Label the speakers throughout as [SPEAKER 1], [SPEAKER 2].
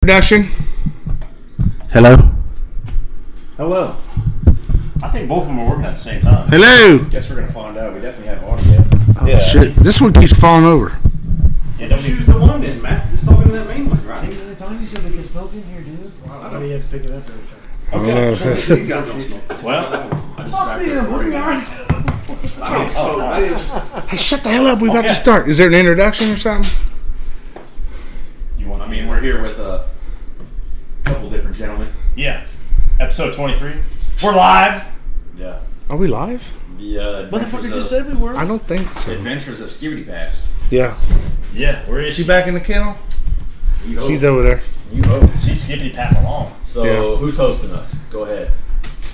[SPEAKER 1] production.
[SPEAKER 2] Hello?
[SPEAKER 3] Hello. I think both of them are working at the same time.
[SPEAKER 2] Hello!
[SPEAKER 3] Guess we're gonna find out. We definitely have audio.
[SPEAKER 2] Oh, shit. This one keeps falling over.
[SPEAKER 3] Yeah, don't choose the one then, Matt. Just talking to that main one, right?
[SPEAKER 2] Oh,
[SPEAKER 3] Well, Oh,
[SPEAKER 2] hey, shut the hell up. We're about to start. Is there an introduction or something?
[SPEAKER 3] you want?
[SPEAKER 4] I mean, we're here with a couple different gentlemen.
[SPEAKER 3] yeah. Episode twenty-three. We're live.
[SPEAKER 4] Yeah.
[SPEAKER 2] Are we live?
[SPEAKER 4] The uh, adventures of-
[SPEAKER 2] said we were. I don't think so.
[SPEAKER 4] Adventures of Skibbity Paps.
[SPEAKER 2] Yeah.
[SPEAKER 3] Yeah, where is
[SPEAKER 2] She
[SPEAKER 3] she?
[SPEAKER 2] back in the kennel?
[SPEAKER 4] You host.
[SPEAKER 2] She's over there.
[SPEAKER 4] you host.
[SPEAKER 3] She's skippity pat along.
[SPEAKER 4] So
[SPEAKER 2] Yeah.
[SPEAKER 4] who's hosting us? Go ahead.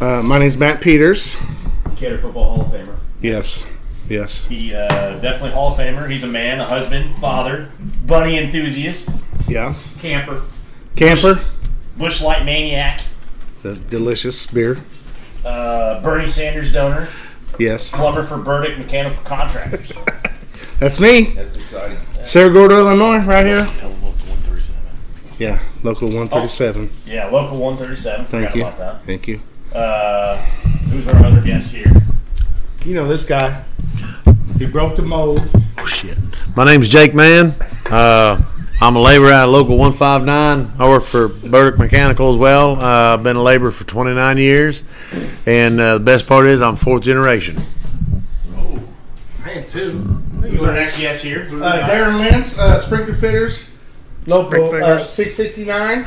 [SPEAKER 2] Uh, my name's Matt Peters.
[SPEAKER 4] Decatur Football Hall of Famer.
[SPEAKER 2] Yes. Yes.
[SPEAKER 3] He uh, definitely Hall of Famer. He's a man, a husband, father, bunny enthusiast,
[SPEAKER 2] Yeah.
[SPEAKER 3] camper,
[SPEAKER 2] Camper.
[SPEAKER 3] bushlight maniac,
[SPEAKER 2] The delicious beer.
[SPEAKER 3] uh, Bernie Sanders donor,
[SPEAKER 2] Yes.
[SPEAKER 3] plumber for Burdick Mechanical Contractors.
[SPEAKER 2] That's me.
[SPEAKER 4] That's exciting.
[SPEAKER 2] Sarah Gordo, Illinois, right here. Yeah. Local 137.
[SPEAKER 3] yeah, local one thirty-seven.
[SPEAKER 2] Thank
[SPEAKER 3] Forgot
[SPEAKER 2] you.
[SPEAKER 3] About that.
[SPEAKER 2] Thank you.
[SPEAKER 3] Uh, who's our other guest here?
[SPEAKER 2] You know this guy. He broke the mold.
[SPEAKER 5] Shit. My name's Jake Mann. Uh, I'm a laborer out of Local 159. I work for Burdick Mechanical as well. Uh, I've been a laborer for 29 years. And uh, the best part is I'm fourth generation.
[SPEAKER 2] I am too.
[SPEAKER 3] Who's our next guest here?
[SPEAKER 2] Uh, Darren Lentz, uh, Sprinkler Fitters, local uh, 669.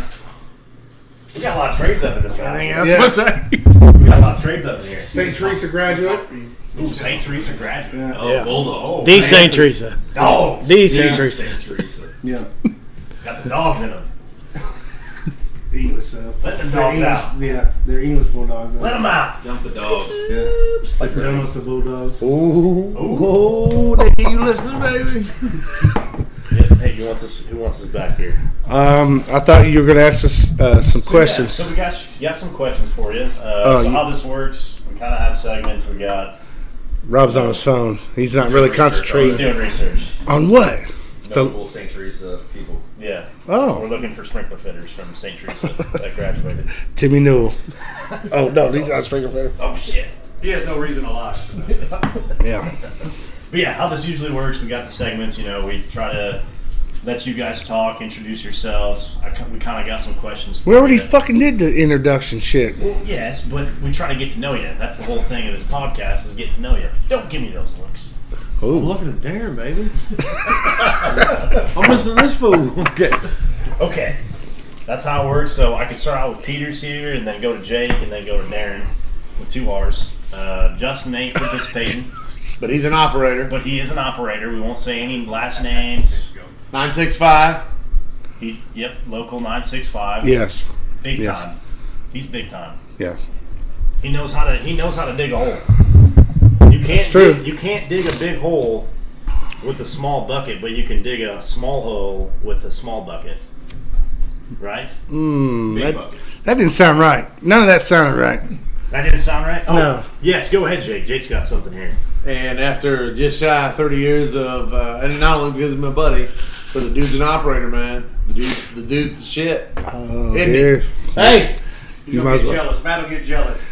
[SPEAKER 3] We got a lot of trades up in this guy.
[SPEAKER 2] Yeah.
[SPEAKER 3] We got a lot of trades up in here.
[SPEAKER 2] St. Teresa graduate.
[SPEAKER 3] Ooh, St. Teresa graduate.
[SPEAKER 2] Yeah.
[SPEAKER 4] Oh, Bulldog.
[SPEAKER 6] The St. Teresa.
[SPEAKER 3] Dogs.
[SPEAKER 6] The St. Teresa.
[SPEAKER 4] Saint Teresa.
[SPEAKER 2] Yeah.
[SPEAKER 3] got the dogs in them.
[SPEAKER 2] English. So.
[SPEAKER 3] Let them
[SPEAKER 2] uh, They're
[SPEAKER 3] dogs
[SPEAKER 2] English,
[SPEAKER 3] out.
[SPEAKER 2] yeah, they're English bulldogs.
[SPEAKER 3] Let them out.
[SPEAKER 4] Dump the dogs.
[SPEAKER 2] Yeah. Like the donuts of bulldogs.
[SPEAKER 5] Oh, they hear you listening, baby.
[SPEAKER 3] Hey, you want this? Who wants this back here?
[SPEAKER 2] Um, I thought you were going to ask us uh, some questions.
[SPEAKER 3] Yeah, so we got you got some questions for you. Uh,
[SPEAKER 2] Oh,
[SPEAKER 3] so
[SPEAKER 2] you-
[SPEAKER 3] how this works? We kind of have segments. We got.
[SPEAKER 2] Rob's on his phone. He's not really
[SPEAKER 4] Research, I was
[SPEAKER 3] He's
[SPEAKER 2] concentrating
[SPEAKER 3] doing research.
[SPEAKER 2] on what.
[SPEAKER 4] Notable St. Teresa people.
[SPEAKER 3] Yeah. We're
[SPEAKER 2] Oh,
[SPEAKER 3] looking for sprinkler fitters from St. Teresa that graduated.
[SPEAKER 2] Timmy Newell. oh no, he's not Sprinkler Fitter.
[SPEAKER 3] Oh shit.
[SPEAKER 6] He has no reason to lie.
[SPEAKER 2] Yeah.
[SPEAKER 3] But yeah, how this usually works, we got the segments. You know, we try to let you guys talk, introduce yourselves. I, ki- we kind of got some questions. For
[SPEAKER 2] We already
[SPEAKER 3] you.
[SPEAKER 2] fucking did the introduction shit.
[SPEAKER 3] Well, yes, but we try to get to know you. That's the whole thing of this podcast is get to know you. Don't give me those looks.
[SPEAKER 5] Oh, I'm looking at Darren, baby. I'm listening to this fool. Okay.
[SPEAKER 3] Okay, that's how it works. So I can start out with Peters here, and then go to Jake, and then go to Darren with two R's. Uh, Justin ain't participating,
[SPEAKER 5] But he's an operator.
[SPEAKER 3] but he is an operator. We won't say any last names.
[SPEAKER 5] 965.
[SPEAKER 3] He, yep, local nine six five.
[SPEAKER 2] Yes.
[SPEAKER 3] big
[SPEAKER 2] yes.
[SPEAKER 3] time. He's big time.
[SPEAKER 2] Yeah.
[SPEAKER 3] He knows how to. He knows how to dig a hole. You can't.
[SPEAKER 2] true.
[SPEAKER 3] Dig, you can't dig a big hole with a small bucket, but you can dig a small hole with a small bucket. Right?
[SPEAKER 4] Big
[SPEAKER 2] that-
[SPEAKER 4] bucket.
[SPEAKER 2] That didn't sound right. None of that sounded right.
[SPEAKER 3] That didn't sound right. Oh,
[SPEAKER 2] No.
[SPEAKER 3] Yes. Go ahead, Jake. Jake's got something here.
[SPEAKER 5] And after just shy of 30 years of, uh, and not only because of my buddy, but the dude's an operator, man. The dude's the, dude's the shit.
[SPEAKER 2] Oh,
[SPEAKER 5] Isn't
[SPEAKER 2] yeah.
[SPEAKER 5] it? Hey!
[SPEAKER 2] You might as well.
[SPEAKER 6] jealous. Matt'll get jealous.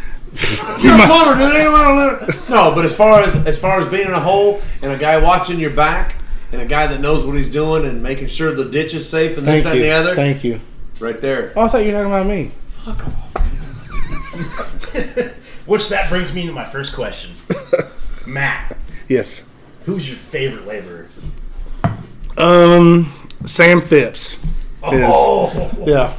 [SPEAKER 5] You're a plumber, dude. Ain't nobody gonna- No, but as far as as far as being in a hole and a guy watching your back and a guy that knows what he's doing and making sure the ditch is safe and this,
[SPEAKER 2] Thank
[SPEAKER 5] that,
[SPEAKER 2] you.
[SPEAKER 5] and the other,
[SPEAKER 2] Thank you.
[SPEAKER 5] right there.
[SPEAKER 2] Oh, I thought you were talking about me.
[SPEAKER 3] Which that brings me to my first question, Matt.
[SPEAKER 2] Yes.
[SPEAKER 3] Who's your favorite laborer?
[SPEAKER 2] Um, Sam Phipps. Yes.
[SPEAKER 3] Oh,
[SPEAKER 2] Yeah.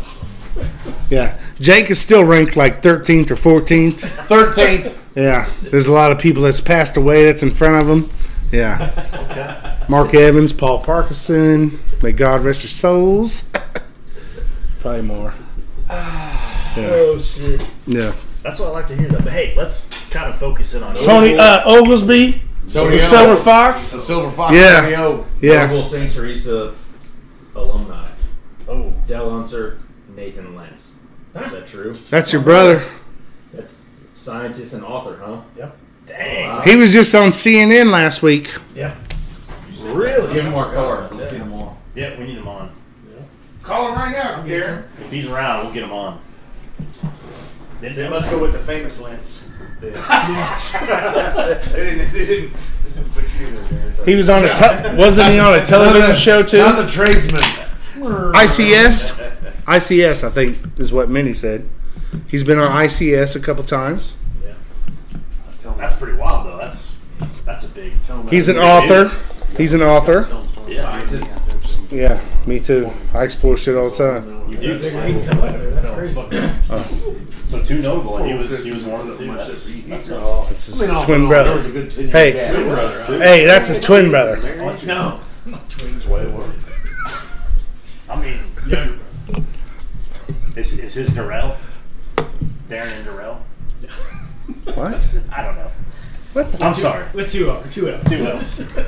[SPEAKER 2] Yeah. Jake is still ranked like 13th or 14th.
[SPEAKER 5] Thirteenth.
[SPEAKER 2] Yeah. There's a lot of people that's passed away that's in front of him. Yeah. Mark Evans, Paul Parkinson. May God rest your souls. Probably more.
[SPEAKER 3] oh shit.
[SPEAKER 2] Yeah.
[SPEAKER 3] That's what I like to hear. Though. But hey, let's kind of focus in on you.
[SPEAKER 2] Tony uh, Oglesby,
[SPEAKER 5] Tony
[SPEAKER 2] the
[SPEAKER 5] O.
[SPEAKER 2] Silver Fox.
[SPEAKER 5] The Silver Fox.
[SPEAKER 2] Yeah.
[SPEAKER 5] Tony O.
[SPEAKER 2] Yeah.
[SPEAKER 4] Notable St. Teresa alumni.
[SPEAKER 3] Oh,
[SPEAKER 4] Dell Unser, Nathan Lentz. Is that true?
[SPEAKER 2] That's your brother.
[SPEAKER 4] That's scientist and author, huh?
[SPEAKER 3] dang.
[SPEAKER 2] He was just on CNN last week.
[SPEAKER 3] Really?
[SPEAKER 4] Give him our card. Let's get him on.
[SPEAKER 3] Yeah, we need him on.
[SPEAKER 2] Call him right now, Garen.
[SPEAKER 3] If he's around, we'll get him on. They, they
[SPEAKER 6] Let's
[SPEAKER 3] must
[SPEAKER 6] go
[SPEAKER 3] go.
[SPEAKER 6] with the famous Lance. they didn't. They didn't. But you know, man, so-
[SPEAKER 2] He was on a te- wasn't he on a television show too?
[SPEAKER 7] Not the tradesman.
[SPEAKER 2] ICS, ICS, I think is what Minnie said. He's been on ICS a couple times.
[SPEAKER 6] Tell him-
[SPEAKER 3] That's pretty wild, though. That's that's a big.
[SPEAKER 6] tell him
[SPEAKER 2] He's
[SPEAKER 6] that.
[SPEAKER 2] an author. He's an author.
[SPEAKER 6] Tell him-
[SPEAKER 3] Yeah.
[SPEAKER 6] Scientist.
[SPEAKER 2] Yeah, me too. I explore shit all the time.
[SPEAKER 3] You do. So two notable, and he was he was one of the two. That's, that's a, oh,
[SPEAKER 2] It's his twin brother. Hey,
[SPEAKER 3] brother. Too.
[SPEAKER 2] hey, that's his twin brother.
[SPEAKER 3] I want you to know. I mean, is, is his Darrell? Darren and Darrell?
[SPEAKER 2] What?
[SPEAKER 3] I don't know.
[SPEAKER 2] What the?
[SPEAKER 3] I'm sorry.
[SPEAKER 1] With two up, two up.
[SPEAKER 3] Two L's.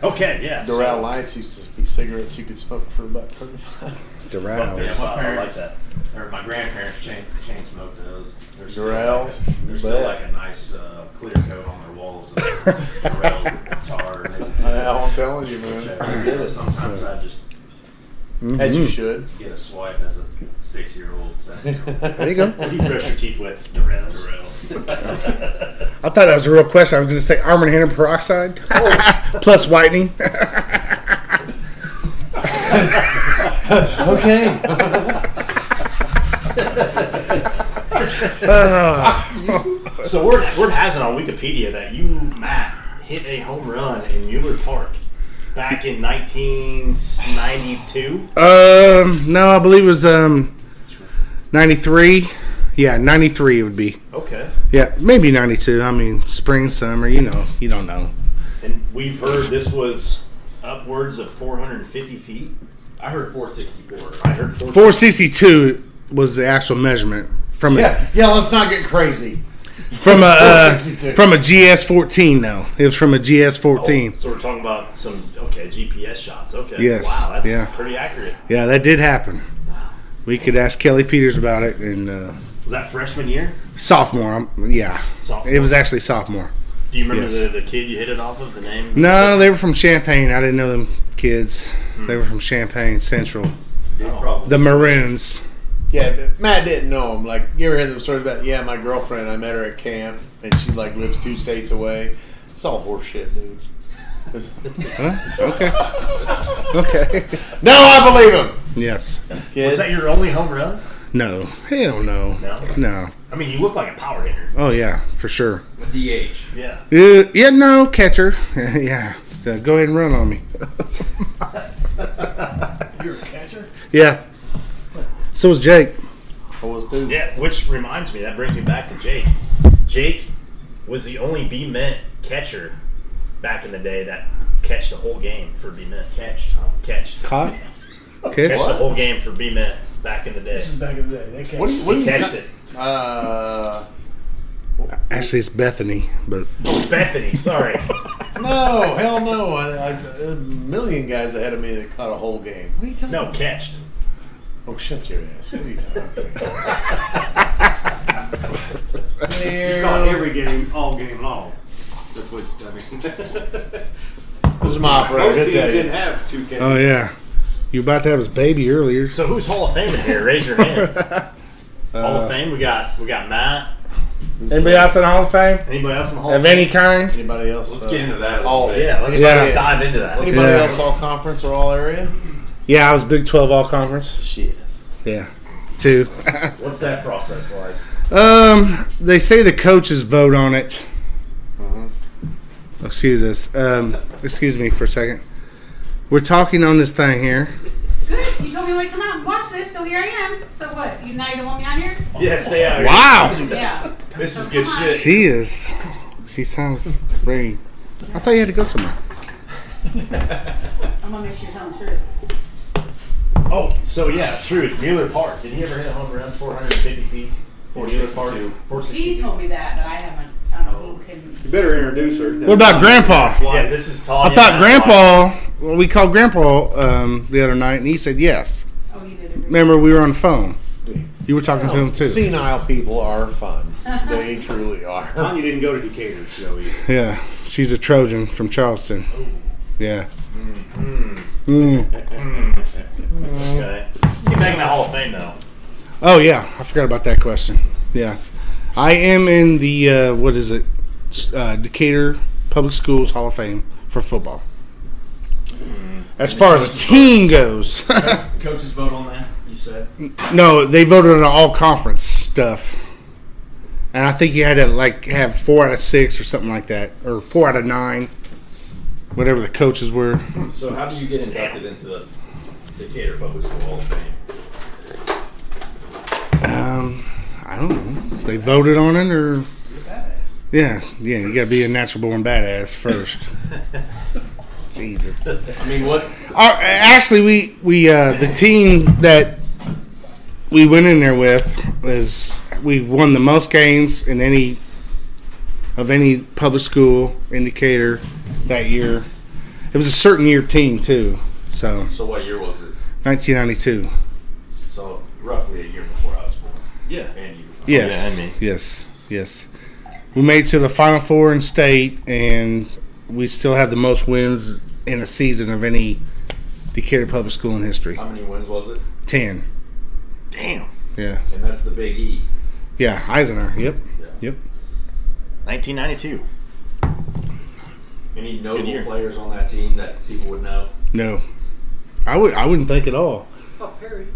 [SPEAKER 3] Okay, yeah. so-
[SPEAKER 5] Doral Lights used to be cigarettes you could smoke for about 35.
[SPEAKER 3] Yeah,
[SPEAKER 2] Doral.
[SPEAKER 3] well, I like that.
[SPEAKER 4] Or my grandparents chain, chain smoked those. There's
[SPEAKER 5] Durrell?
[SPEAKER 4] There's still
[SPEAKER 5] Bet.
[SPEAKER 4] like a nice uh, clear coat on their walls of Durrell tar.
[SPEAKER 5] I, I'm telling you, man. I get it.
[SPEAKER 4] Sometimes I just
[SPEAKER 5] As you should.
[SPEAKER 4] get a swipe as a six-year-old. seven-year-old.
[SPEAKER 2] There you go.
[SPEAKER 3] What do you brush your teeth with? Darrell's.
[SPEAKER 2] I thought that was a real question. I was going to say Arm and Hammer peroxide plus whitening.
[SPEAKER 5] Okay.
[SPEAKER 3] So word, word has it on Wikipedia that you, Matt, hit a home run in Mueller Park back in 1992.
[SPEAKER 2] Um, no, I believe it was um, ninety three. Yeah, ninety three would be.
[SPEAKER 3] Okay.
[SPEAKER 2] Yeah, maybe ninety two. I mean, spring, summer. You know, you don't know.
[SPEAKER 3] And we've heard this was upwards of 450 feet.
[SPEAKER 4] I heard 464.
[SPEAKER 3] I heard 450.
[SPEAKER 2] Four sixty two was the actual measurement from a
[SPEAKER 5] Yeah, yeah, let's not get crazy.
[SPEAKER 2] from a uh,
[SPEAKER 5] 462.
[SPEAKER 2] from a GS fourteen. Though it was from a GS fourteen.
[SPEAKER 3] So we're talking about some okay GPS shots. Okay.
[SPEAKER 2] Yes,
[SPEAKER 3] Wow, that's
[SPEAKER 2] yeah.
[SPEAKER 3] pretty accurate.
[SPEAKER 2] Yeah, that did happen. We could ask Kelly Peters about it and uh,
[SPEAKER 3] Was that freshman year?
[SPEAKER 2] sophomore. i yeah,
[SPEAKER 3] Sophomore.
[SPEAKER 2] it was actually sophomore.
[SPEAKER 3] Do you remember
[SPEAKER 2] yes.
[SPEAKER 3] the, the kid you hit it off of? The name?
[SPEAKER 2] No, they were from Champagne. I didn't know them kids. They were from Champagne Central.
[SPEAKER 4] Probably.
[SPEAKER 2] The Maroons.
[SPEAKER 5] Yeah, but Matt didn't know him. Like, you ever hear them stories about, yeah, my girlfriend, I met her at camp, and she, like, lives two states away. It's all horseshit, dude.
[SPEAKER 2] Okay. okay.
[SPEAKER 5] No, I believe him!
[SPEAKER 2] Yes.
[SPEAKER 3] Was
[SPEAKER 5] Kids.
[SPEAKER 3] that your only home run?
[SPEAKER 2] No. Hell no.
[SPEAKER 3] No.
[SPEAKER 2] No.
[SPEAKER 3] I mean, you look like a power hitter.
[SPEAKER 2] Oh yeah, for sure.
[SPEAKER 4] DH.
[SPEAKER 3] Yeah.
[SPEAKER 2] Uh, yeah, no catcher. yeah. So go ahead and run on me.
[SPEAKER 1] You're a catcher?
[SPEAKER 2] Yeah. So was Jake.
[SPEAKER 5] Oldest dude.
[SPEAKER 3] Yeah, which reminds me, that brings me back to Jake. Jake was the only B Met catcher back in the day that catched the whole game for B Met. Catched, huh? Catched.
[SPEAKER 2] Caught.
[SPEAKER 3] Catched
[SPEAKER 2] Catch.
[SPEAKER 3] the whole game for B Met back in the day.
[SPEAKER 1] This is back in the day. They catch.
[SPEAKER 5] What do you, what do
[SPEAKER 3] He
[SPEAKER 5] you
[SPEAKER 3] catched
[SPEAKER 5] ta-
[SPEAKER 3] it.
[SPEAKER 5] Uh,
[SPEAKER 2] Actually, it's Bethany, but
[SPEAKER 3] Bethany, sorry.
[SPEAKER 5] no, hell no. I, I, a million guys ahead of me that caught a whole game. What are you talking
[SPEAKER 3] No, catched.
[SPEAKER 5] Oh, shut your ass. What are you talking about?
[SPEAKER 6] Caught every game, all game long. That's what I mean.
[SPEAKER 5] This is my
[SPEAKER 6] Most
[SPEAKER 5] operator.
[SPEAKER 6] teams didn't have two
[SPEAKER 5] Uh,
[SPEAKER 6] catches.
[SPEAKER 2] oh yeah, you about to have his baby earlier.
[SPEAKER 3] So who's Hall of Fame in here? Raise your hand. Hall
[SPEAKER 2] Uh,
[SPEAKER 3] of Fame, we got we got Matt.
[SPEAKER 2] Anybody else in the Hall of Fame
[SPEAKER 3] Anybody else in the Hall
[SPEAKER 2] of
[SPEAKER 3] Fame?
[SPEAKER 2] any kind?
[SPEAKER 5] Anybody else?
[SPEAKER 4] Let's
[SPEAKER 5] uh,
[SPEAKER 4] get into that a
[SPEAKER 5] all-
[SPEAKER 4] little bit.
[SPEAKER 3] Yeah, let's,
[SPEAKER 2] Yeah.
[SPEAKER 3] let's dive into that.
[SPEAKER 5] Anybody
[SPEAKER 2] Yeah.
[SPEAKER 5] else all conference or all area?
[SPEAKER 2] Yeah, I was Big Twelve All Conference.
[SPEAKER 5] Shit.
[SPEAKER 2] Yeah, two.
[SPEAKER 4] What's that process like?
[SPEAKER 2] Um, they say the coaches vote on it. Uh-huh. Excuse us. Um, excuse me for a second. We're talking on this thing here.
[SPEAKER 8] Good. You told me when to come out and watch this, so here I am. So what? You now you don't want me on here?
[SPEAKER 3] Yeah, stay out here.
[SPEAKER 2] Wow,
[SPEAKER 8] Yeah.
[SPEAKER 3] This is good shit.
[SPEAKER 2] she is. She sounds very. I thought you had to go somewhere.
[SPEAKER 8] I'm gonna make sure you're telling the truth.
[SPEAKER 3] Oh, so yeah, true. Mueller Park. Did he ever hit a home run 450 feet? For Mueller Park?
[SPEAKER 8] He
[SPEAKER 3] 462.
[SPEAKER 8] told me that, but I haven't. I don't
[SPEAKER 1] Oh.
[SPEAKER 8] know who can.
[SPEAKER 6] You better introduce her.
[SPEAKER 2] What about Grandpa?
[SPEAKER 3] Yeah, this is tall.
[SPEAKER 2] I thought Grandpa. Well, we called Grandpa um, the other night, and he said yes.
[SPEAKER 8] Oh, he did. Agree.
[SPEAKER 2] Remember, we were on the phone. You were talking to him too.
[SPEAKER 5] Oh, Senile people are fun. They truly are.
[SPEAKER 6] Tanya didn't go to Decatur, so either.
[SPEAKER 2] Yeah, she's a Trojan from Mm. Charleston. Yeah.
[SPEAKER 3] Okay. in the Hall of Fame though.
[SPEAKER 2] Oh yeah, I forgot about that question. Yeah, I am in the uh, what is it, S- uh, Decatur Public Schools Hall of Fame for football. As far as a team goes,
[SPEAKER 4] Coaches vote on that. You said.
[SPEAKER 2] no, they voted on all conference stuff, and I think you had to like have four out of six or something like that, or four out of nine, whatever the coaches were.
[SPEAKER 4] So how do you get inducted into the Decatur Public School Hall of Fame?
[SPEAKER 2] Um, I don't know. They voted on it, or yeah, yeah. You gotta be a natural born badass first. Jesus.
[SPEAKER 4] I mean, what?
[SPEAKER 2] Our, actually, we we uh, the team that we went in there with is we've won the most games in any of any public school indicator that year. It was a certain year team too, so
[SPEAKER 4] So what year was it?
[SPEAKER 2] 1992.
[SPEAKER 4] So roughly a year before I was born. Yeah. And you.
[SPEAKER 2] Yes.
[SPEAKER 3] Oh, Yeah, I mean.
[SPEAKER 2] Yes. Yes. We made to the final four in state, and we still have the most wins in a season of any Decatur public school in history.
[SPEAKER 4] How many wins was it?
[SPEAKER 2] Ten.
[SPEAKER 3] Damn.
[SPEAKER 2] Yeah.
[SPEAKER 4] And that's the Big E.
[SPEAKER 2] Yeah. Eisenhower. Yep. Yep.
[SPEAKER 3] 1992.
[SPEAKER 4] Any
[SPEAKER 3] Good year.
[SPEAKER 4] notable players on that team that people would know?
[SPEAKER 2] No. I would. I wouldn't think at all. Perry.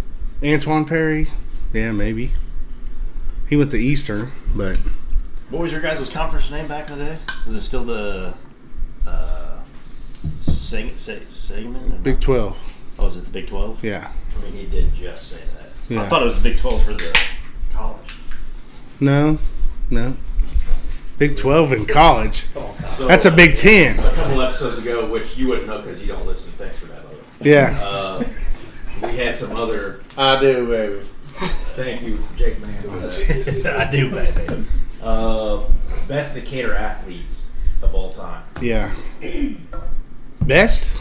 [SPEAKER 2] Antoine Perry. Yeah, maybe. He went to Eastern, but
[SPEAKER 3] What was your guys' conference name back in the day? Is it still the uh, seg- se- segment?
[SPEAKER 2] Big Twelve.
[SPEAKER 3] oh, is it the Big 12?
[SPEAKER 2] Yeah.
[SPEAKER 4] I mean, he did just say that.
[SPEAKER 2] Yeah.
[SPEAKER 3] I thought it was the Big 12 for the college.
[SPEAKER 2] no. No. Big Twelve in college.
[SPEAKER 4] So
[SPEAKER 2] That's a Big Ten.
[SPEAKER 4] A couple episodes ago, which you wouldn't know because you don't listen. Thanks for that. Logan.
[SPEAKER 2] Yeah.
[SPEAKER 4] Uh, we had some other.
[SPEAKER 5] I do, baby.
[SPEAKER 4] Thank you, Jake Man. for that.
[SPEAKER 3] I do, baby.
[SPEAKER 4] Uh, best Decatur athletes of all time.
[SPEAKER 2] Yeah. Best?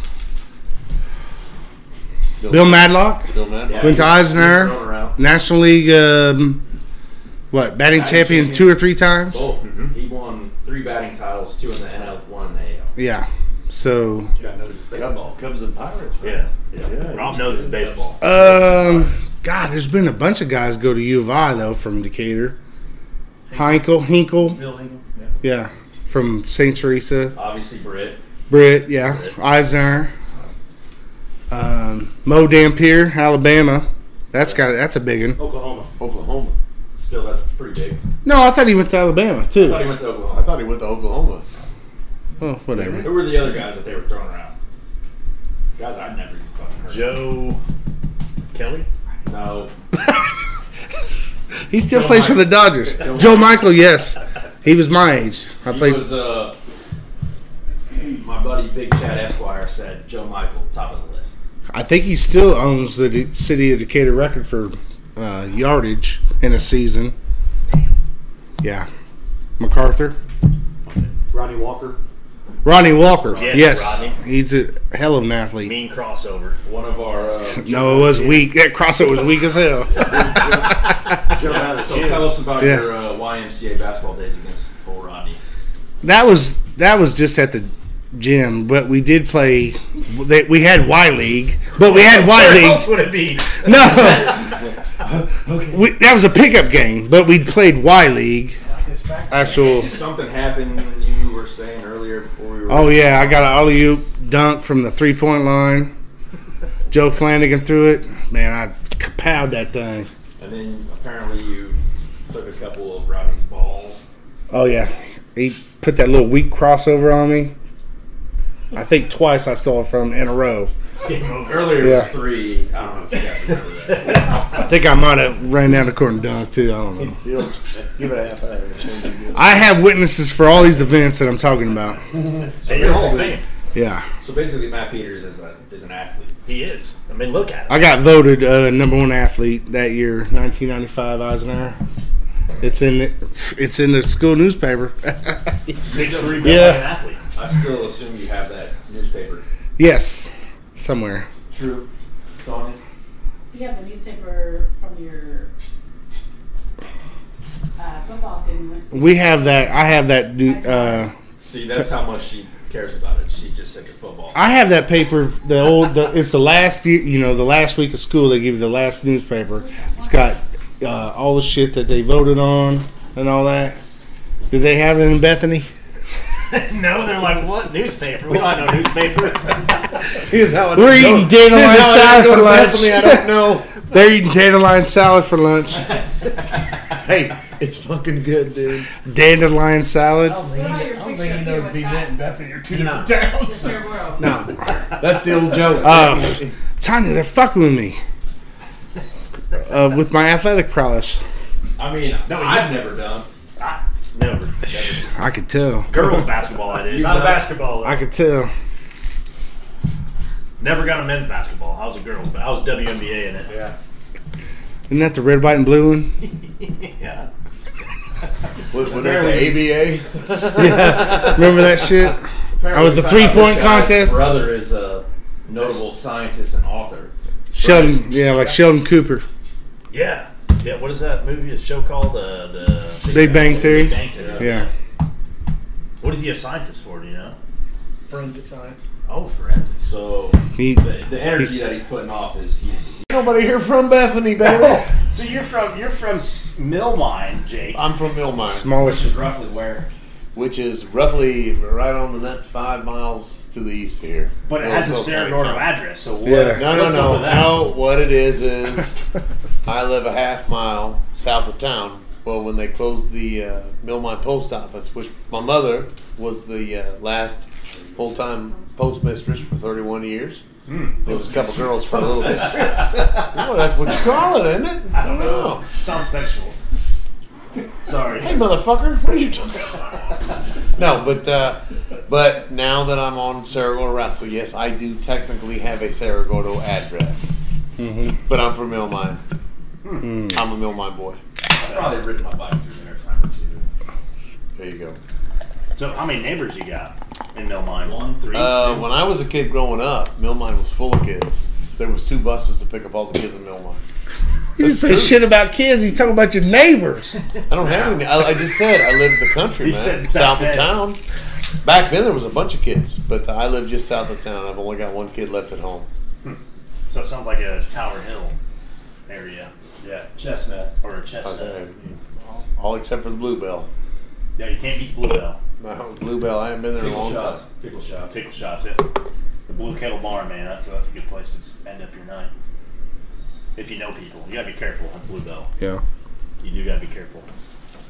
[SPEAKER 2] Bill Madlock,
[SPEAKER 5] Bill Madden.
[SPEAKER 4] Yeah,
[SPEAKER 2] Went to
[SPEAKER 4] he was- he was
[SPEAKER 2] Eisner.
[SPEAKER 4] thrown around.
[SPEAKER 2] National League, um, what, batting
[SPEAKER 4] Batting
[SPEAKER 2] champion
[SPEAKER 4] champion.
[SPEAKER 2] two or three times?
[SPEAKER 4] Both. He won three batting titles, two in the NL, one in the AL.
[SPEAKER 2] Yeah. So,
[SPEAKER 4] Baseball.
[SPEAKER 6] Cubs and Pirates.
[SPEAKER 3] Yeah. Rob knows his baseball.
[SPEAKER 2] um, God, there's been a bunch of guys go to U of I, though, from Decatur. Heinkel, Hinkle,
[SPEAKER 4] Bill Hingle. Yeah.
[SPEAKER 2] yeah, from St. Teresa.
[SPEAKER 4] Obviously, Britt.
[SPEAKER 2] Britt, yeah. Eisner. Um, Mo Dampier, Alabama. That's got that's a big one.
[SPEAKER 6] Oklahoma.
[SPEAKER 5] Oklahoma.
[SPEAKER 4] Still, that's pretty big.
[SPEAKER 2] No, I thought he went to Alabama
[SPEAKER 4] I
[SPEAKER 2] too.
[SPEAKER 4] thought he went to
[SPEAKER 5] I
[SPEAKER 4] Oklahoma.
[SPEAKER 5] thought he went to Oklahoma.
[SPEAKER 2] Oh, whatever.
[SPEAKER 4] Who were the other guys that they were throwing around? Guys, I've never even fucking heard.
[SPEAKER 3] Joe Kelly?
[SPEAKER 4] No.
[SPEAKER 2] He still
[SPEAKER 4] Joe
[SPEAKER 2] plays for
[SPEAKER 4] Michael.
[SPEAKER 2] the Dodgers.
[SPEAKER 4] Joe
[SPEAKER 2] Joe Michael, yes. He was my age. I
[SPEAKER 4] He
[SPEAKER 2] played.
[SPEAKER 4] was, uh, my buddy Big Chad Esquire said Joe Michael, top of the list.
[SPEAKER 2] I think he still owns the D- city of Decatur record for uh, yardage in a season. Yeah. MacArthur.
[SPEAKER 6] Ronnie Walker.
[SPEAKER 2] Ronnie Walker.
[SPEAKER 3] Yes,
[SPEAKER 2] Yes.
[SPEAKER 3] Rodney.
[SPEAKER 2] He's a hell of an athlete.
[SPEAKER 3] Mean crossover.
[SPEAKER 4] One of our. Uh,
[SPEAKER 2] No, it was weak. That crossover was weak as hell.
[SPEAKER 4] so tell us about
[SPEAKER 2] Yeah.
[SPEAKER 4] your uh, YMCA basketball days against Bull Rodney.
[SPEAKER 2] that was that was just at the gym, but we did play. They, we had Y League, but we had Y
[SPEAKER 3] Where
[SPEAKER 2] League.
[SPEAKER 3] else would it be?
[SPEAKER 2] No. we, that was a pickup game, but we played Y League. Actual.
[SPEAKER 4] Something happened when you were saying earlier before we were.
[SPEAKER 2] Oh yeah, I got an alley oop dunk from the three point line. Joe Flanagan threw it. Man, I kapowed that thing.
[SPEAKER 4] And then apparently you took a couple of Rodney's balls.
[SPEAKER 2] Oh yeah, he put that little weak crossover on me. I think twice I stole it from him in a row.
[SPEAKER 4] Earlier it was
[SPEAKER 2] Yeah.
[SPEAKER 4] three. I don't know if you guys remember that.
[SPEAKER 2] I think I might have ran down the court and dunked too. I don't know.
[SPEAKER 5] He'll give it a half hour. to change it again.
[SPEAKER 2] I have witnesses for all these events that I'm talking about.
[SPEAKER 3] Hey, you're Hall of Fame.
[SPEAKER 2] Yeah,
[SPEAKER 4] So basically, Matt Peters is a is an athlete.
[SPEAKER 3] He is. I mean, look at him.
[SPEAKER 2] I got voted uh, number one athlete that year, 1995 Eisenhower. It's in the, it's in the school newspaper.
[SPEAKER 3] Six three
[SPEAKER 2] Yeah.
[SPEAKER 3] athlete.
[SPEAKER 4] I still assume you have that newspaper.
[SPEAKER 2] yes, somewhere.
[SPEAKER 4] True. Donnie?
[SPEAKER 8] You have the newspaper from your uh, football thing. right?
[SPEAKER 2] We have that. I have that. du- Uh,
[SPEAKER 4] See, that's how much she cares about it. She's just sick of football.
[SPEAKER 2] I have that paper. The old, the, it's the last year, you know, the last week of school. They give you the last newspaper. It's got uh, all the shit that they voted on and all that. Did they have it in Bethany?
[SPEAKER 3] no, they're like, what newspaper? We don't have no newspaper.
[SPEAKER 5] Here's how it
[SPEAKER 2] We're eating dandelion
[SPEAKER 5] Since how I
[SPEAKER 2] salad
[SPEAKER 5] didn't go
[SPEAKER 2] for
[SPEAKER 5] to
[SPEAKER 2] lunch.
[SPEAKER 5] Bethany, I don't know.
[SPEAKER 2] They're eating dandelion salad for lunch.
[SPEAKER 5] hey, it's fucking good, dude.
[SPEAKER 2] Dandelion salad.
[SPEAKER 8] What about your
[SPEAKER 1] I don't
[SPEAKER 8] picture
[SPEAKER 1] think he
[SPEAKER 8] up here?
[SPEAKER 1] knows
[SPEAKER 8] What's
[SPEAKER 1] Big Matt
[SPEAKER 8] that?
[SPEAKER 1] and Bethany are two different towns.
[SPEAKER 8] It's your world.
[SPEAKER 5] No, that's the old joke.
[SPEAKER 2] Uh, Tanya, they're fucking with me. Uh, with my athletic prowess,
[SPEAKER 4] I mean, I've never dumped.
[SPEAKER 3] Never.
[SPEAKER 2] I could tell.
[SPEAKER 3] Girls basketball, I did.
[SPEAKER 4] Not a
[SPEAKER 3] basketball.
[SPEAKER 2] I could tell.
[SPEAKER 3] Never got a men's basketball. I was a girls, but I was WNBA in it.
[SPEAKER 2] Isn't that the red, white, and blue one?
[SPEAKER 3] Yeah.
[SPEAKER 5] was, was that the ABA?
[SPEAKER 2] Remember that shit?
[SPEAKER 4] Apparently
[SPEAKER 2] Oh, the
[SPEAKER 4] we found out
[SPEAKER 2] three-point
[SPEAKER 4] this guy's
[SPEAKER 2] contest?
[SPEAKER 4] Brother is a notable scientist and author.
[SPEAKER 2] Sheldon, yeah, like Sheldon Cooper.
[SPEAKER 3] Yeah. Yeah, what is that movie? A show called uh, the
[SPEAKER 2] Big Bang Theory?
[SPEAKER 3] Big Bang Theory.
[SPEAKER 2] Yeah.
[SPEAKER 3] What is he a scientist for? Do you know?
[SPEAKER 1] Forensic science.
[SPEAKER 3] Oh, forensics.
[SPEAKER 4] So
[SPEAKER 2] He,
[SPEAKER 4] the, the energy that he's putting off is he,
[SPEAKER 5] Nobody here from Bethany, baby.
[SPEAKER 3] So you're from you're from S- Millmine, Jake.
[SPEAKER 5] I'm from Millmine,
[SPEAKER 4] Uh, which
[SPEAKER 2] smallest
[SPEAKER 4] is roughly where.
[SPEAKER 5] which is roughly right on the nuts five miles to the east of here.
[SPEAKER 3] But it
[SPEAKER 5] Little
[SPEAKER 3] has a
[SPEAKER 5] little
[SPEAKER 3] Sarah
[SPEAKER 5] tiny
[SPEAKER 3] Norton
[SPEAKER 5] town.
[SPEAKER 3] address, so what?
[SPEAKER 2] Yeah.
[SPEAKER 5] No, no,
[SPEAKER 3] what's up
[SPEAKER 5] no,
[SPEAKER 3] with that?
[SPEAKER 5] no. What it is is, I live a half mile south of town. Well, when they closed the uh, Millmont post office, which my mother was the uh, last full-time postmistress for 31 years.
[SPEAKER 3] Hmm.
[SPEAKER 5] There was a couple girls for a little bit. well, that's what you call it, isn't it? I don't know.
[SPEAKER 3] Sounds sexual. Sorry.
[SPEAKER 5] Hey, motherfucker, what are you talking about? no, but uh, but now that I'm on Cerro Raso, yes, I do technically have a Cerro Gordo address.
[SPEAKER 3] Mm-hmm.
[SPEAKER 5] But I'm from Millmine.
[SPEAKER 3] Hmm.
[SPEAKER 5] I'm a Millmine boy.
[SPEAKER 4] I've probably ridden my bike through there a time or two.
[SPEAKER 5] There you go.
[SPEAKER 3] So how many neighbors you got in Millmine? One, three.
[SPEAKER 5] Uh, when I was a kid growing up, Millmine was full of kids. There was two buses to pick up all the kids in Millmine.
[SPEAKER 2] You say shit about kids. You talk about your neighbors.
[SPEAKER 5] I don't have any. I, I just said I lived in the country,
[SPEAKER 3] He
[SPEAKER 5] man,
[SPEAKER 3] said back
[SPEAKER 5] south of
[SPEAKER 3] then.
[SPEAKER 5] town. Back then there was a bunch of kids, but I lived just south of town. I've only got one kid left at home.
[SPEAKER 3] so it sounds like a Tower Hill area
[SPEAKER 4] Yeah, Chestnut.
[SPEAKER 3] or a Chestnut.
[SPEAKER 5] Um, All except for the Bluebell.
[SPEAKER 3] Yeah, you can't beat Bluebell.
[SPEAKER 5] No, Bluebell. I haven't been there in a
[SPEAKER 4] Pickle
[SPEAKER 5] long
[SPEAKER 4] shots.
[SPEAKER 5] time.
[SPEAKER 4] Pickle shots.
[SPEAKER 3] Pickle shots, yeah. The Blue Kettle Bar, man. That's that's a good place to s- end up your night. If you know people, you gotta be careful on Bluebell.
[SPEAKER 2] Yeah.
[SPEAKER 3] You do gotta be careful.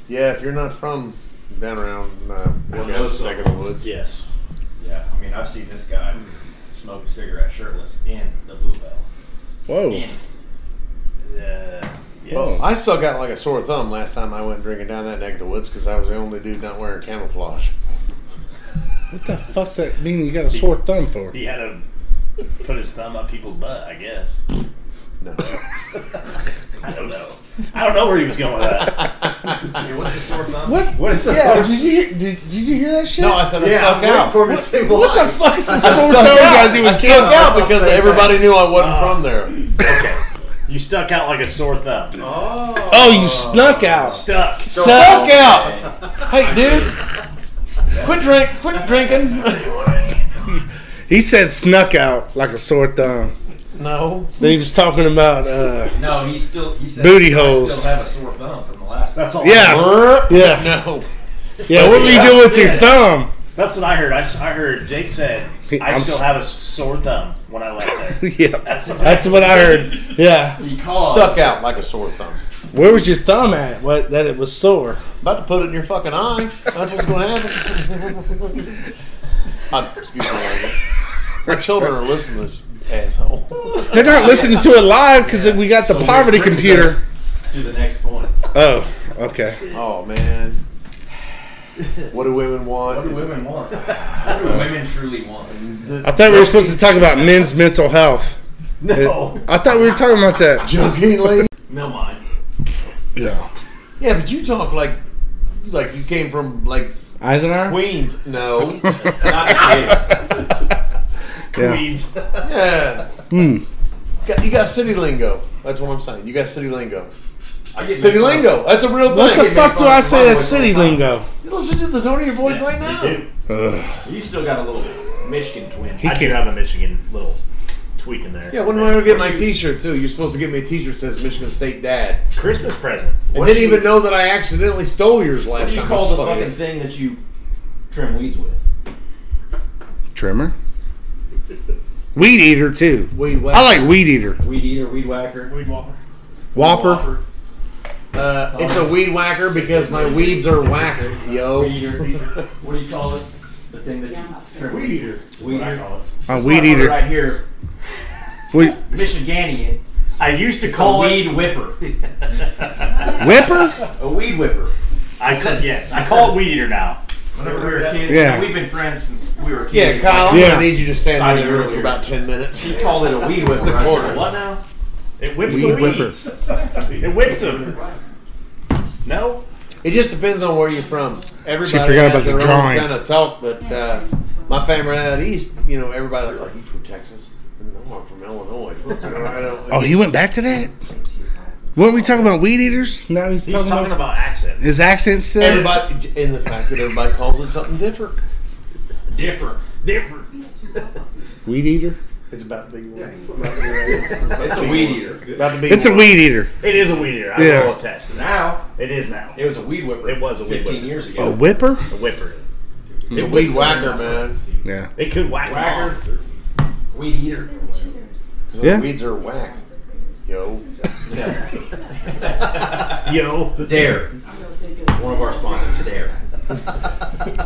[SPEAKER 5] Yeah, if you're not from down around uh, your
[SPEAKER 4] know
[SPEAKER 5] guys'
[SPEAKER 4] some.
[SPEAKER 5] neck of the woods,
[SPEAKER 3] Yes.
[SPEAKER 4] Yeah, I mean, I've seen this guy smoke a cigarette shirtless in the Bluebell.
[SPEAKER 2] Whoa.
[SPEAKER 4] In.
[SPEAKER 3] Uh, yes.
[SPEAKER 5] Well, I still got like a sore thumb last time I went drinking down that neck of the woods because I was the only dude not wearing camouflage.
[SPEAKER 2] What the fuck's that mean? You got a sore thumb for?
[SPEAKER 3] He had to put his thumb up people's butt, I guess.
[SPEAKER 5] No,
[SPEAKER 3] I don't know. I don't know where he was going with that.
[SPEAKER 4] Hey, what's the sore thumb?
[SPEAKER 2] What?
[SPEAKER 3] What is the
[SPEAKER 2] Yeah. Did you did, did you hear that shit?
[SPEAKER 5] no, I said I stuck out.
[SPEAKER 6] For me, say what?
[SPEAKER 2] what the fuck is the
[SPEAKER 5] I
[SPEAKER 2] sore
[SPEAKER 5] stuck
[SPEAKER 2] thumb got to
[SPEAKER 5] out.
[SPEAKER 2] do
[SPEAKER 5] I
[SPEAKER 2] with
[SPEAKER 5] stuck
[SPEAKER 2] kids?
[SPEAKER 5] out because everybody knew I wasn't from there.
[SPEAKER 3] Okay. You stuck out like a sore thumb.
[SPEAKER 2] Oh, you snuck out.
[SPEAKER 3] Stuck.
[SPEAKER 2] Stuck out.
[SPEAKER 5] Hey, dude, quit drink, quit drinking.
[SPEAKER 2] He said snuck out like a sore thumb.
[SPEAKER 5] no,
[SPEAKER 2] Then he was talking about uh,
[SPEAKER 4] No, he still he said
[SPEAKER 2] Booty
[SPEAKER 4] I
[SPEAKER 2] holes.
[SPEAKER 4] Still have a sore thumb from the last.
[SPEAKER 3] That's all.
[SPEAKER 2] yeah yeah
[SPEAKER 5] no.
[SPEAKER 2] yeah. What were you doing with your thumb?
[SPEAKER 3] That's what I heard. I, s- I heard Jake said,
[SPEAKER 2] He-
[SPEAKER 3] I
[SPEAKER 2] I'm
[SPEAKER 3] still
[SPEAKER 2] s-
[SPEAKER 3] have a s- sore thumb when I left there.
[SPEAKER 2] Yeah.
[SPEAKER 3] That's,
[SPEAKER 2] That's what I heard. Yeah.
[SPEAKER 4] He calls.
[SPEAKER 5] Stuck out like a sore thumb.
[SPEAKER 2] Where was your thumb at? What that it was sore.
[SPEAKER 5] About to put it in your fucking eye. That's what's going to happen. I'm, excuse me. Elijah. My children are listening to this asshole.
[SPEAKER 2] They're not listening to it live because we got the poverty computer.
[SPEAKER 4] to the next point.
[SPEAKER 2] Oh, okay.
[SPEAKER 5] Oh man. What do women want?
[SPEAKER 4] What do women want? what do women truly want?
[SPEAKER 2] I thought we were supposed to talk about men's mental health.
[SPEAKER 3] No.
[SPEAKER 2] I thought we were talking about that.
[SPEAKER 5] Jokingly.
[SPEAKER 3] No mine.
[SPEAKER 2] Yeah.
[SPEAKER 5] Yeah, but you talk like, like you came from like
[SPEAKER 2] Eisenhower?
[SPEAKER 5] Queens. No.
[SPEAKER 4] Not today.
[SPEAKER 2] Yeah.
[SPEAKER 3] Queens.
[SPEAKER 2] Hmm.
[SPEAKER 5] Yeah. Got- You got city lingo. That's what I'm saying. You got city lingo.
[SPEAKER 4] I get
[SPEAKER 5] City
[SPEAKER 4] made fun of-
[SPEAKER 5] lingo. That's a real thing.
[SPEAKER 2] What the
[SPEAKER 4] me
[SPEAKER 2] fuck do
[SPEAKER 4] fun
[SPEAKER 2] I
[SPEAKER 4] of
[SPEAKER 2] say
[SPEAKER 4] my
[SPEAKER 2] that's
[SPEAKER 4] voice
[SPEAKER 2] city
[SPEAKER 4] all the time.
[SPEAKER 2] lingo?
[SPEAKER 5] You listen to the tone of your voice right
[SPEAKER 3] Me
[SPEAKER 5] now.
[SPEAKER 3] too.
[SPEAKER 4] You still got a little Michigan twin.
[SPEAKER 2] He
[SPEAKER 3] I do
[SPEAKER 2] can't-
[SPEAKER 3] have a Michigan little tweak in there.
[SPEAKER 5] Yeah, when do I ever get my T-shirt too? You're supposed to get me a T-shirt that says Michigan State Dad.
[SPEAKER 3] Christmas present.
[SPEAKER 5] I
[SPEAKER 4] What
[SPEAKER 5] didn't
[SPEAKER 4] do you-
[SPEAKER 5] even know that I accidentally stole yours
[SPEAKER 4] What
[SPEAKER 5] last
[SPEAKER 4] do you
[SPEAKER 5] time.
[SPEAKER 4] call
[SPEAKER 5] I
[SPEAKER 4] the
[SPEAKER 5] saw you.
[SPEAKER 4] fucking thing that you trim weeds with?
[SPEAKER 2] Trimmer. Weed eater too.
[SPEAKER 5] Weed whacker.
[SPEAKER 2] I like weed eater.
[SPEAKER 4] Weed eater, weed whacker.
[SPEAKER 1] Weed Whopper.
[SPEAKER 2] Whopper.
[SPEAKER 5] Uh, it's a weed whacker because my weeds are whack, yo.
[SPEAKER 4] Weed eater. what do you call it? The thing that you trim
[SPEAKER 6] Weed eater.
[SPEAKER 4] Weed
[SPEAKER 3] I
[SPEAKER 4] eater.
[SPEAKER 3] call it.
[SPEAKER 2] A
[SPEAKER 4] That's
[SPEAKER 2] weed
[SPEAKER 4] what I heard
[SPEAKER 2] eater.
[SPEAKER 4] Right here,
[SPEAKER 2] We-
[SPEAKER 4] Michiganian.
[SPEAKER 3] I used to
[SPEAKER 4] A
[SPEAKER 3] call it.
[SPEAKER 4] weed whipper.
[SPEAKER 2] Whipper.
[SPEAKER 4] A weed whipper.
[SPEAKER 3] I said yes. I call it weed eater now.
[SPEAKER 4] Whenever we were kids,
[SPEAKER 2] Yeah.
[SPEAKER 4] we've been friends since we were kids.
[SPEAKER 5] Yeah, Kyle, I'm
[SPEAKER 2] Yeah.
[SPEAKER 5] gonna need you to stand
[SPEAKER 4] Signing
[SPEAKER 5] on the room
[SPEAKER 4] earlier.
[SPEAKER 5] for about ten minutes.
[SPEAKER 4] You call it a weed whipper. I
[SPEAKER 5] corner.
[SPEAKER 3] What
[SPEAKER 4] said, what?
[SPEAKER 3] now? It whips
[SPEAKER 2] Weed
[SPEAKER 3] the
[SPEAKER 2] whipper.
[SPEAKER 3] weeds. It whips them. No.
[SPEAKER 5] It just depends on where you're from. Everybody
[SPEAKER 2] forgot
[SPEAKER 5] has
[SPEAKER 2] about the
[SPEAKER 5] their
[SPEAKER 2] drawing.
[SPEAKER 5] own kind of talk, but uh, my family out east, you know, everybody like, "Are you from Texas?" No, I'm from Illinois. I don't, I don't,
[SPEAKER 2] Oh, he went back to that. Weren't we talking about weed eaters? Now he's,
[SPEAKER 3] He's
[SPEAKER 2] talking,
[SPEAKER 3] talking
[SPEAKER 2] about,
[SPEAKER 3] about accents.
[SPEAKER 2] his accent still.
[SPEAKER 5] everybody, in the fact that everybody calls it something different.
[SPEAKER 4] Different.
[SPEAKER 3] Different.
[SPEAKER 2] Weed eater.
[SPEAKER 5] It's about big one.
[SPEAKER 4] It's a weed eater.
[SPEAKER 5] About the big
[SPEAKER 2] It's a
[SPEAKER 5] one.
[SPEAKER 2] weed eater.
[SPEAKER 3] It is a weed eater. I
[SPEAKER 2] Yeah.
[SPEAKER 3] will attest to that.
[SPEAKER 4] Now
[SPEAKER 3] It is now.
[SPEAKER 4] it was a weed whipper.
[SPEAKER 3] It was a weed
[SPEAKER 4] Fifteen
[SPEAKER 3] whipper.
[SPEAKER 4] years ago.
[SPEAKER 2] A whipper.
[SPEAKER 3] A whipper.
[SPEAKER 5] It's a weed whacker, man.
[SPEAKER 2] Yeah.
[SPEAKER 3] It could whack 'em
[SPEAKER 4] Whacker.
[SPEAKER 3] off.
[SPEAKER 4] Weed eater.
[SPEAKER 5] 'Cause
[SPEAKER 2] Yeah.
[SPEAKER 5] the weeds are whack, yo.
[SPEAKER 3] Yo.
[SPEAKER 4] Dare. One of our sponsors, Dare.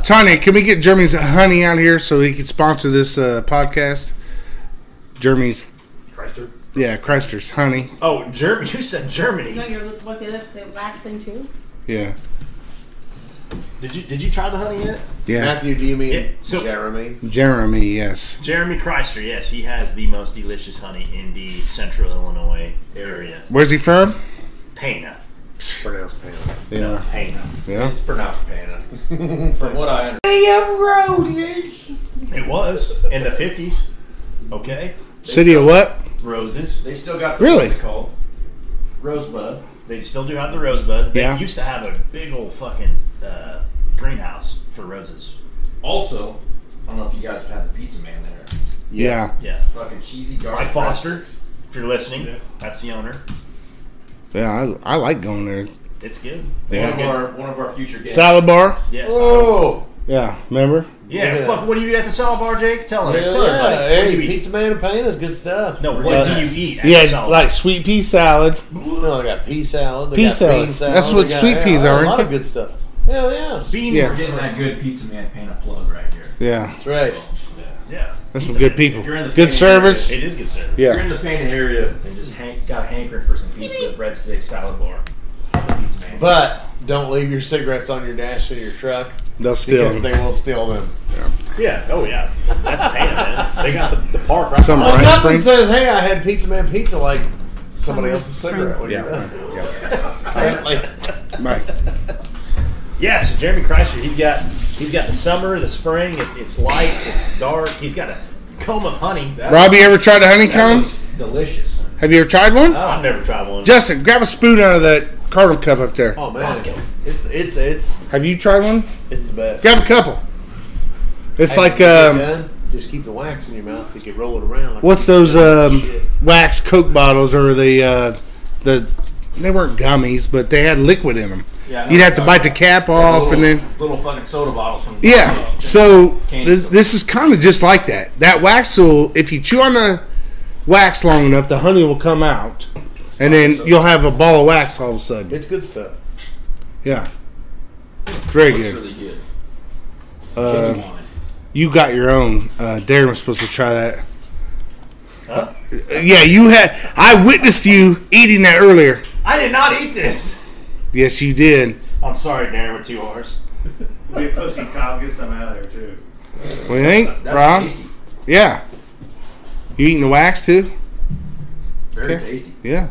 [SPEAKER 2] Tanya, can we get Jeremy's honey out here so he can sponsor this uh, podcast? Jeremy's,
[SPEAKER 3] Chrysler.
[SPEAKER 2] yeah, Chrysler's honey.
[SPEAKER 3] Oh, Germany. You said Germany.
[SPEAKER 8] No, you're what the other the wax thing too.
[SPEAKER 2] Yeah.
[SPEAKER 3] Did you Did you try the honey yet?
[SPEAKER 2] Yeah.
[SPEAKER 5] Matthew, do you mean
[SPEAKER 3] Yeah, so-
[SPEAKER 5] Jeremy?
[SPEAKER 2] Jeremy, yes.
[SPEAKER 3] Jeremy Chrysler. Yes, he has the most delicious honey in the Central Illinois area.
[SPEAKER 2] Where's he from?
[SPEAKER 3] Pana.
[SPEAKER 5] Pronounced Pam.
[SPEAKER 2] Yeah.
[SPEAKER 3] Pana.
[SPEAKER 2] Yeah.
[SPEAKER 4] It's pronounced Pana. From what I understand.
[SPEAKER 3] It was in the fifties. Okay.
[SPEAKER 2] City of what?
[SPEAKER 3] Roses.
[SPEAKER 4] They still got
[SPEAKER 2] Really?
[SPEAKER 4] what's it called? Rosebud.
[SPEAKER 3] They still do have the rosebud. They
[SPEAKER 2] Yeah.
[SPEAKER 3] used to have a big old fucking uh, greenhouse for roses.
[SPEAKER 4] Also, I don't know if you guys have had the pizza man there.
[SPEAKER 2] Yeah.
[SPEAKER 3] Yeah.
[SPEAKER 4] Fucking cheesy garlic.
[SPEAKER 3] Mike Foster,
[SPEAKER 4] fries.
[SPEAKER 3] if you're listening, that's the owner.
[SPEAKER 2] Yeah, I, I like going there.
[SPEAKER 3] It's good.
[SPEAKER 4] One
[SPEAKER 2] Yeah.
[SPEAKER 4] of our one of our future guests.
[SPEAKER 2] Salad bar.
[SPEAKER 3] Yes.
[SPEAKER 5] Oh,
[SPEAKER 2] Yeah. Remember?
[SPEAKER 3] yeah.
[SPEAKER 5] look at
[SPEAKER 3] Fuck. What do you eat at the salad bar, Jake? Tell him.
[SPEAKER 5] yeah,
[SPEAKER 3] Tell everybody. What do
[SPEAKER 5] hey,
[SPEAKER 3] you eat?
[SPEAKER 5] pizza man and Pam is good stuff.
[SPEAKER 3] No. What
[SPEAKER 2] Yeah.
[SPEAKER 3] do you eat? At the
[SPEAKER 2] Yeah,
[SPEAKER 3] salad
[SPEAKER 2] like sweet pea salad.
[SPEAKER 5] No, they got pea salad. They
[SPEAKER 2] Pea
[SPEAKER 5] got
[SPEAKER 2] salad.
[SPEAKER 5] Bean salad.
[SPEAKER 2] That's what
[SPEAKER 5] they got-
[SPEAKER 2] sweet
[SPEAKER 5] yeah,
[SPEAKER 2] peas
[SPEAKER 5] a
[SPEAKER 2] are,
[SPEAKER 5] lot
[SPEAKER 2] ain't
[SPEAKER 5] of
[SPEAKER 2] they?
[SPEAKER 5] good stuff. Hell yeah,
[SPEAKER 3] bar? bean?
[SPEAKER 2] Yeah.
[SPEAKER 4] We're getting that good pizza man paint a plug right here.
[SPEAKER 2] Yeah.
[SPEAKER 5] that's right.
[SPEAKER 3] Yeah.
[SPEAKER 2] That's some
[SPEAKER 3] Pizza
[SPEAKER 2] good
[SPEAKER 3] man.
[SPEAKER 2] people.
[SPEAKER 4] you're in the
[SPEAKER 2] Good
[SPEAKER 4] painting
[SPEAKER 2] service.
[SPEAKER 3] It is good service.
[SPEAKER 4] If you're
[SPEAKER 2] Yeah.
[SPEAKER 4] in the painted area and just hang, got hankering for some pizza, breadsticks, salad bar. call the Pizza man.
[SPEAKER 5] But don't leave your cigarettes on your dash of your truck
[SPEAKER 2] They'll
[SPEAKER 5] because
[SPEAKER 2] steal
[SPEAKER 5] they
[SPEAKER 2] them.
[SPEAKER 5] will steal them.
[SPEAKER 3] Yeah. Oh yeah. That's Pana, man. They got the, the park right.
[SPEAKER 2] Some
[SPEAKER 3] behind
[SPEAKER 5] Well,
[SPEAKER 2] Alright,
[SPEAKER 5] nothing
[SPEAKER 2] Spring.
[SPEAKER 5] says, "Hey, I had Pizza Man pizza like somebody else's cigarette." Well,
[SPEAKER 2] Yeah. Yeah.
[SPEAKER 5] Apparently,
[SPEAKER 2] Right.
[SPEAKER 3] Yes, Jeremy Chrysler. He's got he's got the summer, the spring. It's it's light, it's dark. He's got a comb of honey.
[SPEAKER 2] Robbie, you ever tried a
[SPEAKER 4] that
[SPEAKER 2] honeycomb?
[SPEAKER 4] was delicious.
[SPEAKER 2] Have you ever tried one?
[SPEAKER 3] Oh, I've never tried one.
[SPEAKER 2] Justin, grab a spoon out of that cardinal cup up there.
[SPEAKER 5] oh man, it's it's it's
[SPEAKER 2] Have you tried one?
[SPEAKER 5] it's the best.
[SPEAKER 2] Grab a couple. It's
[SPEAKER 5] Hey,
[SPEAKER 2] like
[SPEAKER 5] when you're
[SPEAKER 2] um,
[SPEAKER 5] done, just keep the wax in your mouth. You can roll it around. Like
[SPEAKER 2] what's those
[SPEAKER 5] That's
[SPEAKER 2] um,
[SPEAKER 5] shit.
[SPEAKER 2] wax Coke bottles or the uh, the they weren't gummies, but they had liquid in them.
[SPEAKER 4] Yeah, I know
[SPEAKER 2] You'd have
[SPEAKER 4] what
[SPEAKER 2] to
[SPEAKER 4] you're
[SPEAKER 2] bite the
[SPEAKER 4] talking
[SPEAKER 2] cap
[SPEAKER 4] about.
[SPEAKER 2] off, and
[SPEAKER 4] little,
[SPEAKER 2] then
[SPEAKER 4] little fucking soda bottles from the
[SPEAKER 2] Oh, yeah. So
[SPEAKER 4] Candy
[SPEAKER 2] th-
[SPEAKER 4] store.
[SPEAKER 2] this is kind of just like that. That wax will, if you chew on the wax long enough, the honey will come out, and then you'll have a ball of wax all of a sudden.
[SPEAKER 5] It's good stuff.
[SPEAKER 2] Yeah, very
[SPEAKER 4] Looks
[SPEAKER 2] good.
[SPEAKER 4] really good.
[SPEAKER 2] Um,
[SPEAKER 4] Come on.
[SPEAKER 2] You got your own. Uh, Darren was supposed to try that.
[SPEAKER 3] Huh?
[SPEAKER 2] Uh, yeah, you had. I witnessed you eating that earlier.
[SPEAKER 3] I did not eat this.
[SPEAKER 2] Yes, you did.
[SPEAKER 3] I'm sorry, Darren. With two R's.
[SPEAKER 6] Get pussy, Kyle. Get some out of there too.
[SPEAKER 2] What do you think,
[SPEAKER 4] That's
[SPEAKER 2] Rob?
[SPEAKER 4] tasty.
[SPEAKER 2] Yeah. You eating the wax too?
[SPEAKER 4] Very
[SPEAKER 2] Okay.
[SPEAKER 4] tasty.
[SPEAKER 2] Yeah.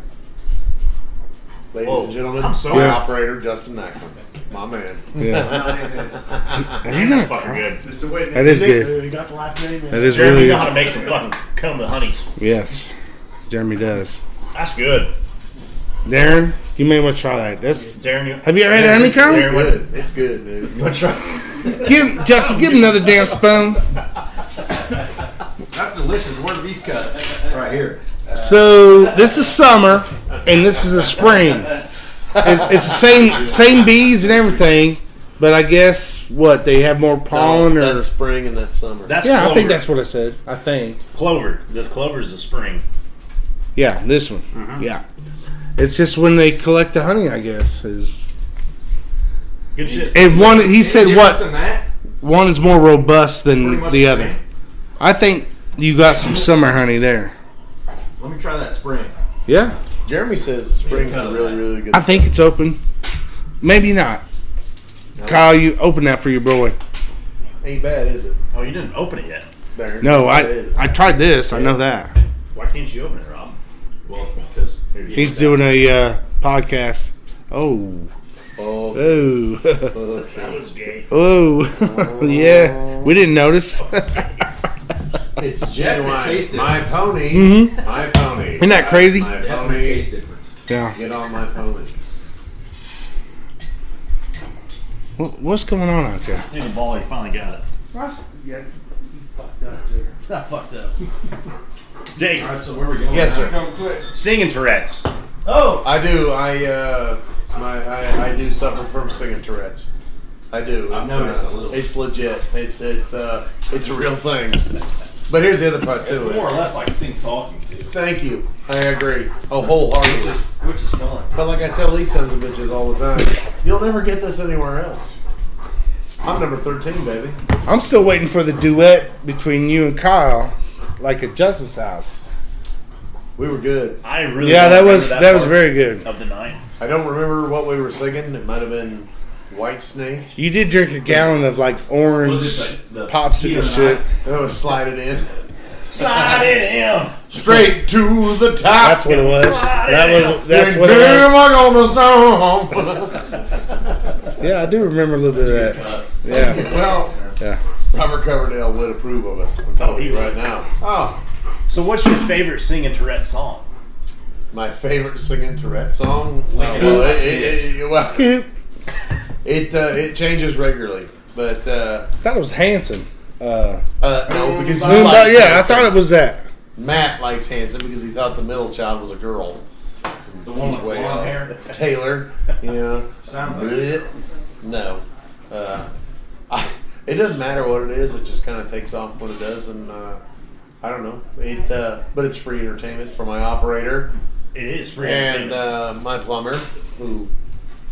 [SPEAKER 5] Ladies
[SPEAKER 3] Whoa.
[SPEAKER 5] and gentlemen,
[SPEAKER 3] I'm sorry.
[SPEAKER 5] my
[SPEAKER 2] Yeah.
[SPEAKER 5] operator Justin Nackman, my man.
[SPEAKER 2] Yeah.
[SPEAKER 6] Not in this.
[SPEAKER 2] Are you
[SPEAKER 3] That's
[SPEAKER 2] gonna?
[SPEAKER 3] fucking good.
[SPEAKER 6] Just a witness.
[SPEAKER 2] That is good.
[SPEAKER 6] You got the last name. in.
[SPEAKER 2] That is
[SPEAKER 3] Jeremy
[SPEAKER 2] really
[SPEAKER 3] know how to
[SPEAKER 2] good.
[SPEAKER 3] make some fucking comb of honeys.
[SPEAKER 2] Yes, Jeremy does.
[SPEAKER 3] That's good.
[SPEAKER 2] Darren, You may want to try that. That's
[SPEAKER 3] Darren, you,
[SPEAKER 2] Have you ever had
[SPEAKER 3] Darren,
[SPEAKER 2] honeycomb?
[SPEAKER 3] Darren, what-
[SPEAKER 5] Good. It's good, dude.
[SPEAKER 3] you want to try?
[SPEAKER 2] give Justin. Give him another damn spoon.
[SPEAKER 4] That's delicious. Where did these cut? Right here.
[SPEAKER 2] So this is summer, and this is a spring. It's, it's the same same bees and everything, but I guess what they have more pollen or
[SPEAKER 5] That's spring and that's summer.
[SPEAKER 3] That's
[SPEAKER 2] yeah.
[SPEAKER 3] clover.
[SPEAKER 2] I think that's what I said. I think
[SPEAKER 3] clover. The clover's the spring.
[SPEAKER 2] yeah, this one. Yeah, it's just when they collect the honey. I guess is
[SPEAKER 3] Good shit.
[SPEAKER 2] and one. He said
[SPEAKER 4] Any
[SPEAKER 2] what
[SPEAKER 4] difference in that?
[SPEAKER 2] one is more robust
[SPEAKER 4] Pretty
[SPEAKER 2] than
[SPEAKER 4] much
[SPEAKER 2] the other.
[SPEAKER 4] same.
[SPEAKER 2] I think you got some summer honey there.
[SPEAKER 4] Let me try that spring.
[SPEAKER 2] Yeah,
[SPEAKER 5] Jeremy says spring's a really, really good.
[SPEAKER 2] I think it's open. Maybe not. Kyle, you open that for your boy.
[SPEAKER 5] Ain't bad, is it?
[SPEAKER 3] Oh, you didn't open it yet.
[SPEAKER 5] Baron?
[SPEAKER 2] No,
[SPEAKER 5] It
[SPEAKER 2] I
[SPEAKER 5] is.
[SPEAKER 2] I tried this. I know that.
[SPEAKER 3] Why can't you open it, Rob?
[SPEAKER 4] Well, because
[SPEAKER 2] He's doing a uh, podcast. Oh,
[SPEAKER 5] Oh,
[SPEAKER 2] oh,
[SPEAKER 3] That was gay.
[SPEAKER 2] oh, yeah. We didn't notice.
[SPEAKER 5] it's
[SPEAKER 4] Yeah, it
[SPEAKER 5] genuine.
[SPEAKER 4] tasted.
[SPEAKER 5] My pony.
[SPEAKER 2] Mhm.
[SPEAKER 5] My pony.
[SPEAKER 2] Isn't that crazy?
[SPEAKER 5] My
[SPEAKER 4] definitely
[SPEAKER 5] pony.
[SPEAKER 4] taste difference.
[SPEAKER 2] yeah.
[SPEAKER 5] Get on my pony.
[SPEAKER 2] What, what's going on out there?
[SPEAKER 3] Dude, the ball, he finally got it.
[SPEAKER 6] Russ, yeah, you fucked up there.
[SPEAKER 1] I fucked up.
[SPEAKER 3] Jake,
[SPEAKER 4] All right, so where are we going?
[SPEAKER 5] Yes, sir.
[SPEAKER 6] Come quick.
[SPEAKER 3] singing Tourette's.
[SPEAKER 6] Oh,
[SPEAKER 5] I do. I uh, my I, I do suffer from singing Tourette's. I do.
[SPEAKER 4] I've
[SPEAKER 5] It's,
[SPEAKER 4] noticed
[SPEAKER 5] uh,
[SPEAKER 4] a little.
[SPEAKER 5] It's legit. It's it's uh, it's a real thing. But here's the other part to
[SPEAKER 4] It's
[SPEAKER 5] it.
[SPEAKER 4] more or less like sing talking to,
[SPEAKER 5] Thank you. I agree. Oh, wholeheartedly.
[SPEAKER 4] which is fun.
[SPEAKER 5] But like I tell these sons of bitches all the time, you'll never get this anywhere else. I'm number 13, baby.
[SPEAKER 2] I'm still waiting for the duet between you and Kyle, like at Justin's house.
[SPEAKER 5] We were good.
[SPEAKER 3] I really
[SPEAKER 2] Yeah,
[SPEAKER 3] don't
[SPEAKER 2] that
[SPEAKER 3] remember
[SPEAKER 2] was that was
[SPEAKER 3] part
[SPEAKER 2] very good.
[SPEAKER 3] of the night.
[SPEAKER 5] I don't remember what we were singing. It might have been White Snake.
[SPEAKER 2] You did drink a gallon of like orange
[SPEAKER 4] Was this like the Peter
[SPEAKER 2] popsicle
[SPEAKER 4] and I?
[SPEAKER 2] shit.
[SPEAKER 5] It was Slide It In.
[SPEAKER 3] Slide it in.
[SPEAKER 5] Straight to the top.
[SPEAKER 2] That's what it was.
[SPEAKER 3] Slide
[SPEAKER 2] That
[SPEAKER 3] it
[SPEAKER 2] was that's
[SPEAKER 5] And
[SPEAKER 2] what it
[SPEAKER 5] damn,
[SPEAKER 2] was.
[SPEAKER 5] I gonna snow.
[SPEAKER 2] Yeah, I do remember a little bit of that. Yeah.
[SPEAKER 5] well,
[SPEAKER 2] Yeah.
[SPEAKER 5] Robert Coverdale would approve of us. I'm telling
[SPEAKER 3] he
[SPEAKER 5] you
[SPEAKER 3] would.
[SPEAKER 5] right now. Oh,
[SPEAKER 3] So, what's your favorite singing Tourette song?
[SPEAKER 5] my favorite singing Tourette song. Well, it, it, it, well,
[SPEAKER 2] Scoop.
[SPEAKER 5] it, uh, it changes regularly, but uh,
[SPEAKER 2] I thought it was Hanson. Uh,
[SPEAKER 5] uh, no, because I
[SPEAKER 2] Moonbo-
[SPEAKER 5] like
[SPEAKER 2] yeah, I
[SPEAKER 5] Hanson.
[SPEAKER 2] thought it was that.
[SPEAKER 5] Matt likes Hanson because he thought the middle child was a girl.
[SPEAKER 4] The one with
[SPEAKER 5] way
[SPEAKER 4] blonde
[SPEAKER 5] out.
[SPEAKER 4] hair
[SPEAKER 5] Taylor, you know.
[SPEAKER 4] sounds like
[SPEAKER 5] bleh. no. Uh, I, it doesn't matter what it is, it just kind of takes off when it does, and uh, I don't know. It, uh, but it's free entertainment for my operator
[SPEAKER 3] It is free.
[SPEAKER 5] and
[SPEAKER 3] entertainment.
[SPEAKER 5] uh, my plumber, who,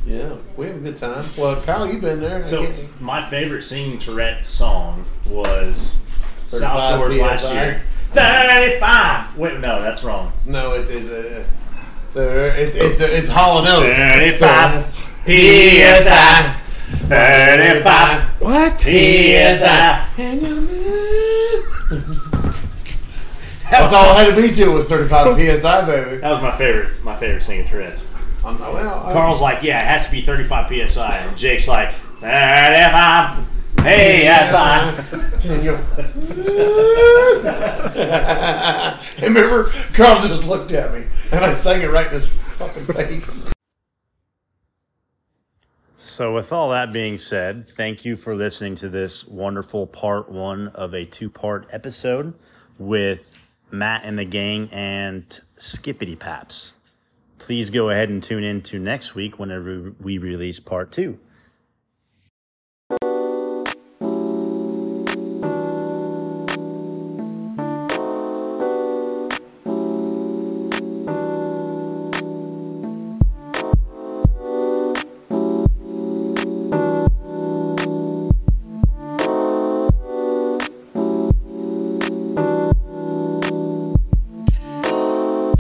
[SPEAKER 5] yeah, we have a good time. Well, Kyle, you've been there. I
[SPEAKER 3] so,
[SPEAKER 5] can't-
[SPEAKER 3] my favorite singing Tourette song was South
[SPEAKER 5] 35
[SPEAKER 3] Shores last
[SPEAKER 5] PSI.
[SPEAKER 3] year. 35. Wait, no, that's wrong.
[SPEAKER 5] no, it is a. There, it, it's a, it's Hall and Oates.
[SPEAKER 3] 35 PSI. 35
[SPEAKER 2] What?
[SPEAKER 3] PSI.
[SPEAKER 5] That's all I had to beat you was 35 psi, baby.
[SPEAKER 3] That was my favorite. My favorite singing Tourette's.
[SPEAKER 5] I'm not, well, I-
[SPEAKER 3] Carl's like, yeah, it has to be 35 psi, and Jake's like, 35 psi.
[SPEAKER 5] And you and remember, Carl just looked at me, and I sang it right in his fucking face.
[SPEAKER 3] So, with all that being said, thank you for listening to this wonderful part one of a two part episode with Matt and the gang and Skippity Paps. Please go ahead and tune in to next week whenever we release part two.